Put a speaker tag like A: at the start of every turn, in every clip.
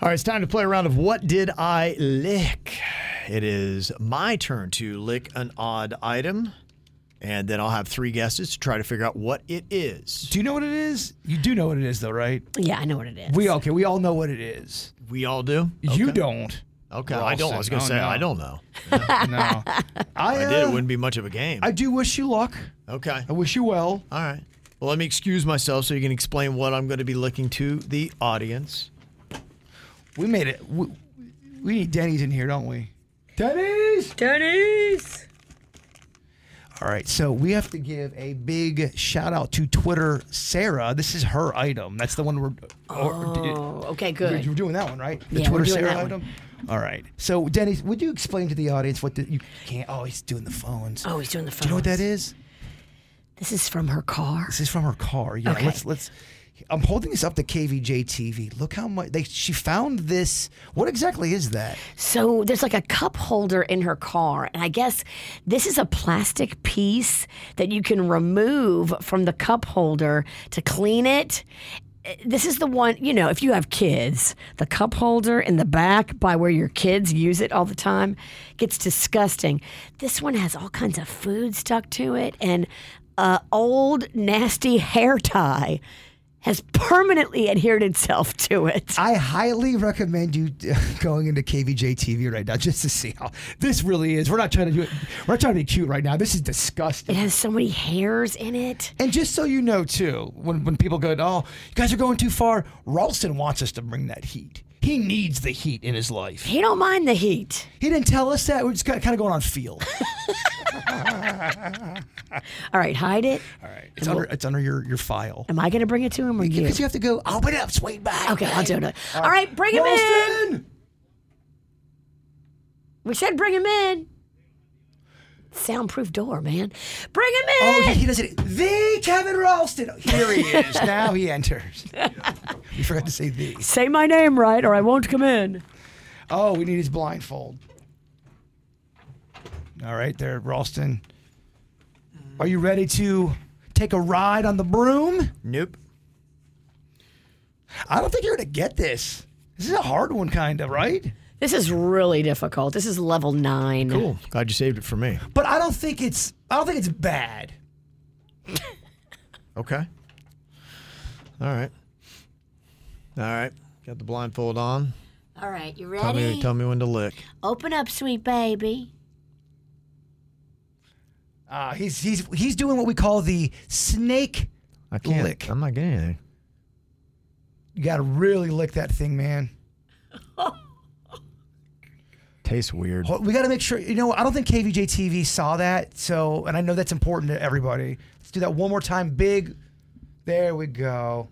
A: All right, it's time to play a round of What Did I Lick? It is my turn to lick an odd item, and then I'll have three guesses to try to figure out what it is.
B: Do you know what it is? You do know what it is, though, right?
C: Yeah, I know what it is.
B: We okay. We all know what it is.
A: We all do?
B: You don't.
A: Okay, I don't. I was going to
B: Oh,
A: say,
B: no.
A: I don't know.
B: No. I,
A: If I
B: uh,
A: did, it wouldn't be much of a game.
B: I do wish you luck.
A: okay.
B: I wish you well.
A: All right. Well, let me excuse myself so you can explain what I'm going to be licking to the audience.
B: We made it. We, we need Denny's in here, don't we? Denny's.
C: Denny's.
B: All right. So we have to give a big shout out to Twitter Sarah. This is her item. That's the one we're.
C: Oh, okay,
B: You're,
C: good.
B: you're doing that one, right? The
C: Yeah, we're
B: Twitter
C: doing
B: Sarah
C: that one.
B: item. All right. So, Denny's, would you explain to the audience what the, you can't? Oh, he's doing the phones.
C: Oh, he's doing the phone.
B: Do you know what that is?
C: This is from her car.
B: This is from her car. Yeah.
C: Okay.
B: Let's let's. I'm holding this up to KVJ TV. Look how much they. She found this. What exactly is that?
C: So there's like a cup holder in her car, and I guess this is a plastic piece that you can remove from the cup holder to clean it. Eh, This is the one, you know, if you have kids, the cup holder in the back by where your kids use it all the time gets disgusting. This one has all kinds of food stuck to it, and uh, old nasty hair tie has permanently adhered itself to it.
B: I highly recommend you going into KVJ TV right now just to see how this really is. We're not trying to do it. We're not trying to be cute right now. This is disgusting.
C: It has so many hairs in it.
B: And just so you know, too, when, when people go, oh, you guys are going too far, Ralston wants us to bring that heat. He needs the heat in his life.
C: He don't mind the heat.
B: He didn't tell us that. We're just kind of going on feel.
C: All right, hide it.
B: All right. It's under, it's under your, your file.
C: Am I going to bring it to him or you?
B: Because you have to go, open up, sway back.
C: Okay, I'll do it. All right, bring him in.
B: Ralston!
C: We said bring him in. Soundproof door, man. Bring him in.
B: Oh, he, he does it. The Kevin Ralston. Here he is. now he enters. We forgot to say the.
C: Say my name right or I won't come in.
B: Oh, we need his blindfold. All right, there, Ralston. Are you ready to take a ride on the broom?
A: Nope.
B: I don't think you're going to get this. This is a hard one, kind of, right?
C: This is really difficult. This is level nine.
A: Cool. Glad you saved it for me.
B: But I don't think it's. I don't think it's bad.
A: Okay. All right. All right. Got the blindfold on.
C: All right, you
A: Tell
C: ready?
A: me, tell me when to lick.
C: Open up, sweet baby.
B: Uh, he's he's he's doing what we call the snake.
A: I can't.
B: Lick.
A: I'm not getting anything.
B: You got to really lick that thing, man.
A: Tastes weird.
B: Ho- We got to make sure. You know, I don't think KVJ TV saw that. So, and I know that's important to everybody. Let's do that one more time. Big. There we go.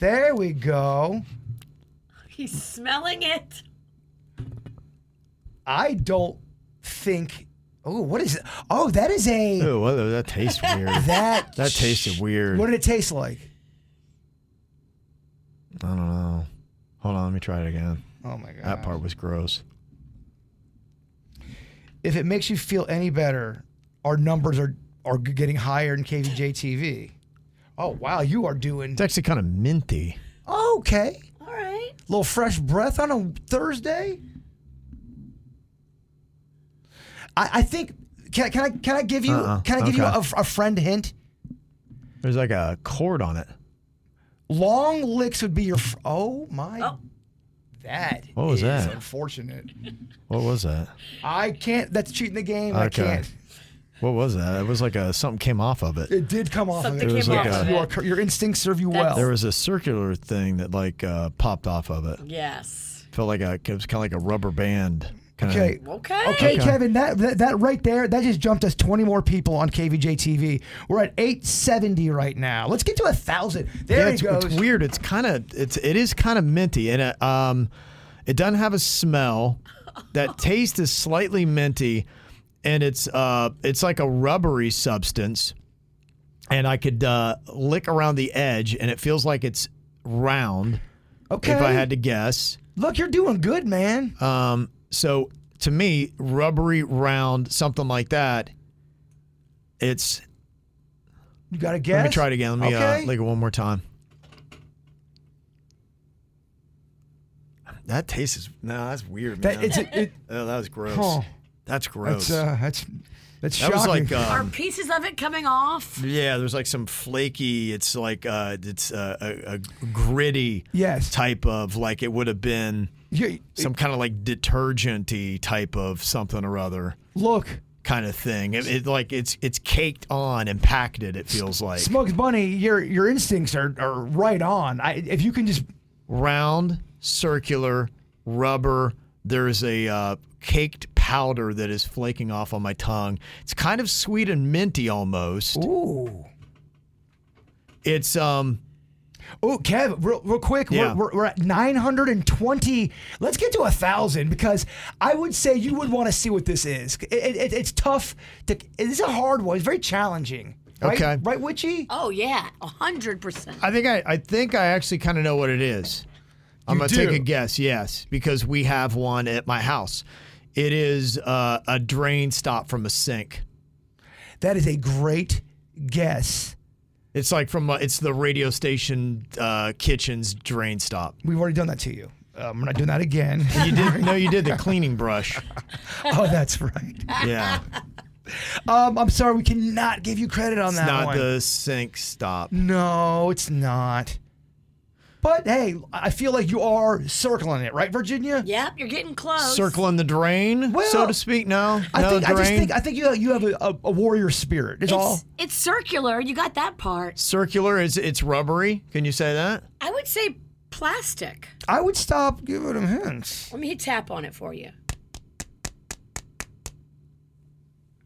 B: There we go.
C: He's smelling it.
B: I don't think. Oh, what is it? Oh, that is a
A: Ew, what- that tastes weird.
B: that.
A: That tasted weird.
B: What did it taste like?
A: I don't know. Hold on, let me try it again.
B: Oh my god.
A: That part was gross.
B: If it makes you feel any better, our numbers are are getting higher in KVJ TV. Oh wow, you are doing
A: It's actually kind of minty.
B: okay.
C: All right.
B: little fresh breath on a Thursday. I, I think can, I- can I can I give you
A: Uh-uh.
B: can I give you
A: Okay.
B: a, a friend hint?
A: There's like a cord on it.
B: Long licks would be your. Fr- oh my, that
A: What was
B: is
A: that?
B: Unfortunate.
A: What was that?
B: I can't. That's cheating the game. I
A: Okay.
B: can't.
A: What was that? It was like a something came off of it.
B: It did come off.
C: Something
B: of it.
A: It was came like off a- of
B: You are cor- your instincts serve you well.
A: There was a circular thing that like uh, popped off of it.
C: Yes.
A: Felt like a it was kind of like a rubber band. Kind
B: okay.
A: Of,
C: Okay.
B: Okay,
A: uh, Okay.
B: Kevin, that, that that right there, that just jumped us 20 more people on KVJ TV. We're at 870 right now. Let's get to a thousand. There
A: yeah,
B: it
A: it's,
B: goes.
A: it's weird. It's kind of it's it is kind of minty and uh, um, It doesn't have a smell. That taste is slightly minty, and it's uh, it's like a rubbery substance. And I could uh, lick around the edge, and it feels like it's round.
B: Okay.
A: If I had to guess,
B: Look, you're doing good, man.
A: um, so to me, rubbery, round, something like that. It's.
B: you got to guess.
A: Let me try it again. Let me
B: okay.
A: uh, lick it one more time. That tastes is no, that's weird,
B: That-
A: man.
B: it's a- it-
A: oh, that was gross.
B: Huh.
A: That's gross.
B: That's uh, that's that's
A: that
B: shocking.
A: was like
C: Are
A: um,
C: pieces of it coming off?
A: yeah, there's like some flaky. It's like uh, it's uh, a, a gritty
B: yes.
A: type of like it would have been
B: You-
A: some kind of like detergenty type of something or other
B: look,
A: kind of thing. It, it like it's it's caked on and packed it. It feels like
B: Smokes Bunny, your your instincts are, are right on. I, if you can just
A: round, circular, rubber. There's a uh, caked powder that is flaking off on my tongue. It's kind of sweet and minty almost.
B: ooh.
A: It's um
B: Oh, Kev, real, real quick,
A: Yeah.
B: we're, we're, we're at 920. Let's get to a 1,000 because I would say you would want to see what this is. It, it- it- it's tough. To, it's a hard one. It's very challenging. Right?
A: Okay.
B: Right, Witchy?
C: Oh yeah, hundred percent.
A: I think I, I think I actually kind of know what it is. I'm
B: You
A: gonna
B: do?
A: take a guess, yes, because we have one at my house. It is uh, a drain stop from a sink.
B: That is a great guess.
A: It's like from uh, it's the radio station uh, kitchen's drain stop.
B: We've already done that to you. Um, we're not doing that again.
A: You did no, you did the cleaning brush.
B: oh, that's right.
A: Yeah,
B: Um, I'm sorry, we cannot give you credit on
A: it's
B: that
A: not
B: one.
A: the sink stop.
B: no, it's not. But hey, I feel like you are circling it, right, Virginia?
C: Yep, you're getting close.
A: Circling the drain, so
B: Well,
A: to speak. No,
B: I
A: no
B: think
A: drain.
B: I just think I think you have, you have a, a, a warrior spirit. Is all.
C: It's, it's circular. You got that part.
A: Circular is it's rubbery. Can you say that?
C: I would say plastic.
B: I would stop giving him hints.
C: Let me tap on it for you.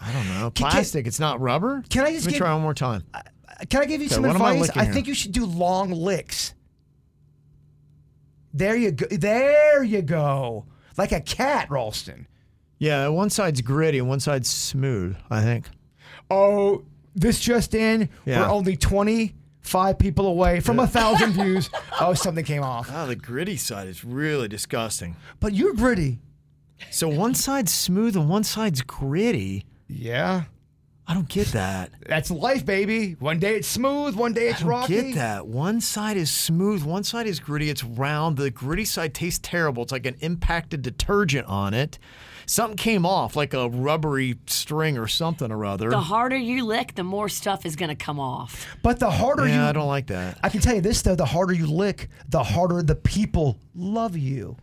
A: I don't know.
B: Can- can-
A: Plastic. it's not rubber.
B: Can I just
A: Let me
B: get-
A: try one more time.
B: Can I give you some
A: what am I
B: advice?
A: licking
B: I,
A: here?
B: think you should do long licks. There you go. There you go. Like a cat, Ralston.
A: Yeah, one side's gritty and one side's smooth. I think.
B: Oh, this just in.
A: Yeah.
B: We're only twenty five people away from a thousand views. Oh, something came off.
A: Oh, the gritty side is really disgusting.
B: But you're gritty.
A: So one side's smooth and one side's gritty.
B: Yeah.
A: I don't get that.
B: That's life, baby. One day it's smooth, one day it's
A: I don't
B: rocky.
A: get that. One side is smooth, one side is gritty. It's round. The gritty side tastes terrible. It's like an impacted detergent on it. Something came off, like a rubbery string or something or other.
C: The harder you lick, the more stuff is going to come off.
B: But the harder
A: yeah,
B: you
A: I don't like that.
B: I can tell you this though: the harder you lick, the harder the people love you.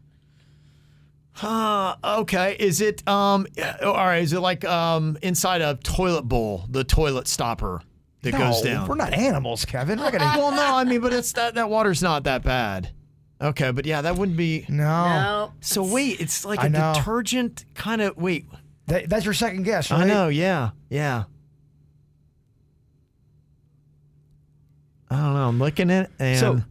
A: Uh, okay. Is it um? yeah, All right. Is it like um inside a toilet bowl, the toilet stopper that goes
B: No,
A: down?
B: We're not animals, Kevin. We're not gonna.
A: well, no. I mean, but it's that that water's not that bad. Okay, but yeah, that wouldn't be.
B: no,
C: No.
A: So wait, it's like
B: I
A: a
B: know.
A: detergent kind of. Wait,
B: That- that's your second guess.
A: I
B: Right?
A: know. Yeah, yeah. I don't know. I'm looking at it, and
B: So-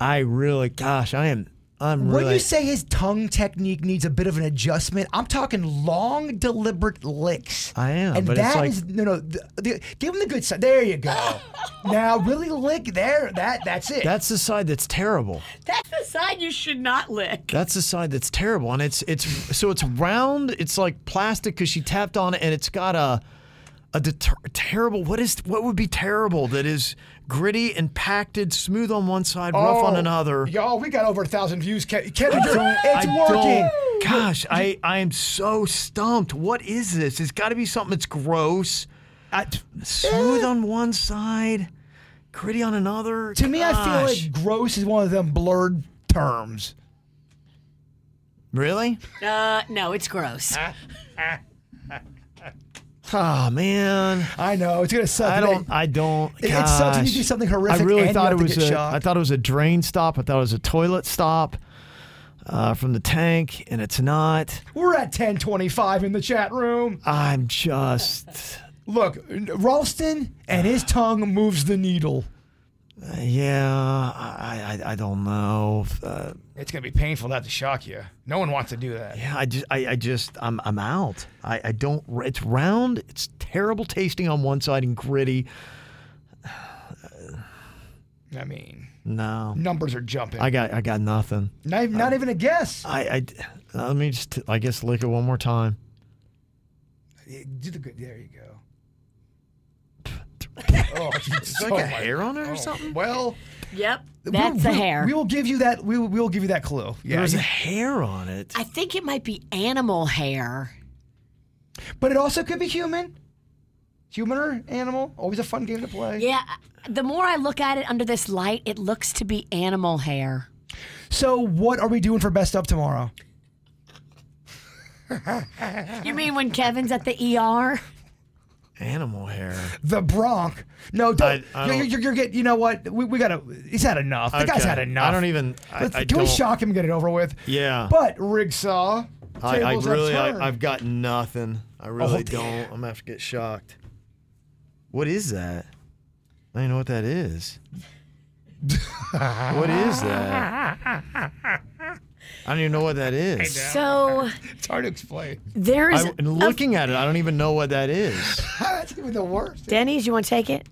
A: I really, gosh, I am. I'm
B: When
A: really.
B: you say his tongue technique needs a bit of an adjustment, I'm talking long, deliberate licks.
A: I am,
B: and
A: but it's
B: that
A: like-
B: is- no, no. The, the, give him the good side. There you go. now, really lick there. That that's it.
A: that's the side that's terrible.
C: That's the side you should not lick.
A: That's the side that's terrible, and it's it's so it's round. It's like plastic because she tapped on it, and it's got a a deter- terrible. What is what would be terrible that is gritty and packed, smooth on one side, rough on
B: Oh,
A: another.
B: Y'all, we got over a thousand views. Ke- Kevin, you're, it's
A: I
B: working.
A: don't- Gosh, I I am so stumped. What is this? It's got to be something that's gross.
B: I-
A: Smooth on one side, gritty on another.
B: to me, I feel
A: Gosh.
B: like gross is one of them blurred terms.
A: really.
C: Uh, no, it's gross.
B: Ah.
A: Oh man.
B: I know it's gonna suck.
A: I
B: They-
A: don't. I don't.
B: It- it sucks when you
A: gosh.
B: do something horrific
A: I really
B: and you
A: thought
B: have
A: it
B: to
A: was
B: get
A: a.
B: shocked.
A: I thought it was a drain stop. I thought it was a toilet stop uh, from the tank, and it's not.
B: We're at 1025 in the chat room.
A: I'm just.
B: Look, Ralston and his tongue moves the needle.
A: Yeah, I, I, I don't know. Uh,
B: It's gonna be painful not to shock you. No one wants to do that.
A: yeah, I just, I, I just, I'm, I'm out. I, I don't. It's round. It's terrible tasting on one side and gritty.
B: I mean,
A: No,
B: numbers are jumping.
A: I got, I got nothing.
B: not, even- not even a guess.
A: I, I, let me just, I guess, lick it one more time.
B: Yeah, Do the good. There you go. Oh, it's
A: like a hair on it or something?
B: Well,
C: Yep.
B: we-
C: That's a
B: we-
C: hair.
B: We will give you that. We will, we will give you that clue.
A: There
B: Yeah,
A: was a hair on it.
C: I think it might be animal hair.
B: but it also could be human, human or animal. Always a fun game to play.
C: Yeah. The more I look at it under this light, it looks to be animal hair.
B: So, what are we doing for best of tomorrow?
C: You mean when Kevin's at the ER?
A: Animal hair.
B: The Bronk. No, don't.
A: I
B: you're,
A: don't-
B: you're, you're getting. You know what? We, we gotta. He's had enough. The guy's
A: Okay.
B: had enough.
A: I don't even- I-
B: Let's-
A: I
B: can we
A: don't-
B: shock him? and Get it over with.
A: Yeah.
B: But Rigsaw.
A: I, I
B: tables have
A: really,
B: turned.
A: I, I've got nothing. I really
B: Oh,
A: don't.
B: dear.
A: I'm gonna have to get shocked. What is that? I don't know what that is. what is that? I don't even know what that is.
C: So
B: It's hard to explain.
C: there's.
A: I, and looking at it, I don't even know what that is.
B: That's even the worst.
C: Denny's, you want to take it?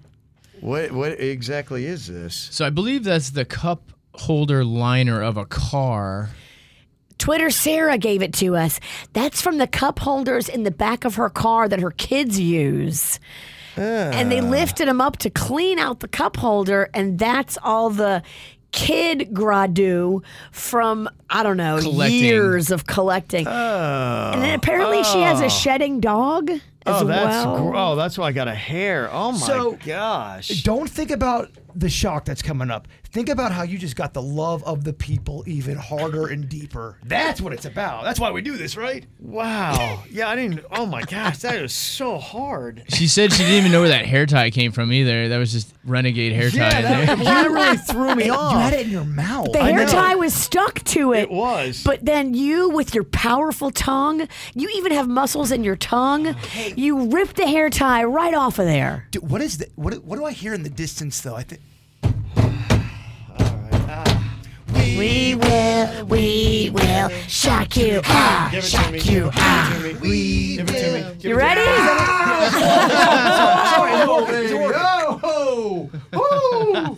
A: What what exactly is this?
D: So I believe that's the cup holder liner of a car.
C: Twitter Sarah gave it to us. That's from the cup holders in the back of her car that her kids use. And they lifted them up to clean out the cup holder, and that's all the kid gradu from I don't know
D: Collecting.
C: years of collecting. and then apparently she has a shedding dog as
A: Oh, that's
C: well.
A: gr- oh, that's why I got a hair. Oh my
B: So-
A: gosh.
B: Don't think about the shock that's coming up. Think about how you just got the love of the people even harder and deeper. That's what it's about. That's why we do this, right?
A: Wow. Yeah, I didn't. Oh my gosh, that is so hard.
D: She said she didn't even know where that hair tie came from either. That was just renegade hair tie.
A: Yeah, that,
D: there.
A: that really threw me off.
B: You had it in your mouth.
C: The
A: I
C: hair
A: know.
C: tie was stuck to it.
A: It was.
C: But then you, with your powerful tongue, you even have muscles in your tongue. You ripped the hair tie right off of there.
B: Dude, what is the, what? What do I hear in the distance though? I think
C: We will, we will shock you. Ah.
A: Give it to me. Give it to me. Give it to me. Give it to me.
C: You ready?
B: Oh, oh,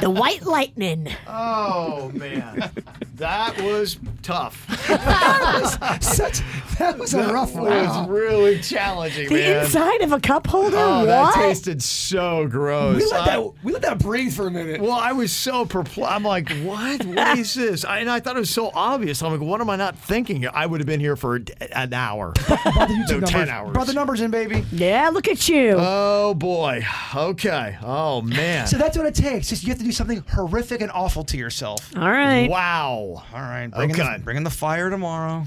C: the white lightning.
A: Oh man, that was tough.
B: such that was a rough
A: It
B: one.
A: was really challenging,
C: The
A: man.
C: inside of a cup holder.
A: oh, that
C: what?
A: tasted so gross.
B: We let
A: I-
B: that we let that breathe for a minute.
A: well, I was so perplexed. I'm like, what? What is this? I, and I thought it was so obvious. I'm like, what am I not thinking? here? I would have been here for a d- an hour.
B: Brother,
A: no,
B: you
A: 10 hours.
B: Brother, numbers in, baby.
C: yeah, look at you.
A: Oh boy. Okay. Oh man.
B: So that's what it takes. Just you have to do something horrific and awful to yourself.
C: All right.
A: Wow.
B: All right.
A: bringing the- Okay.
B: bringing the fire tomorrow.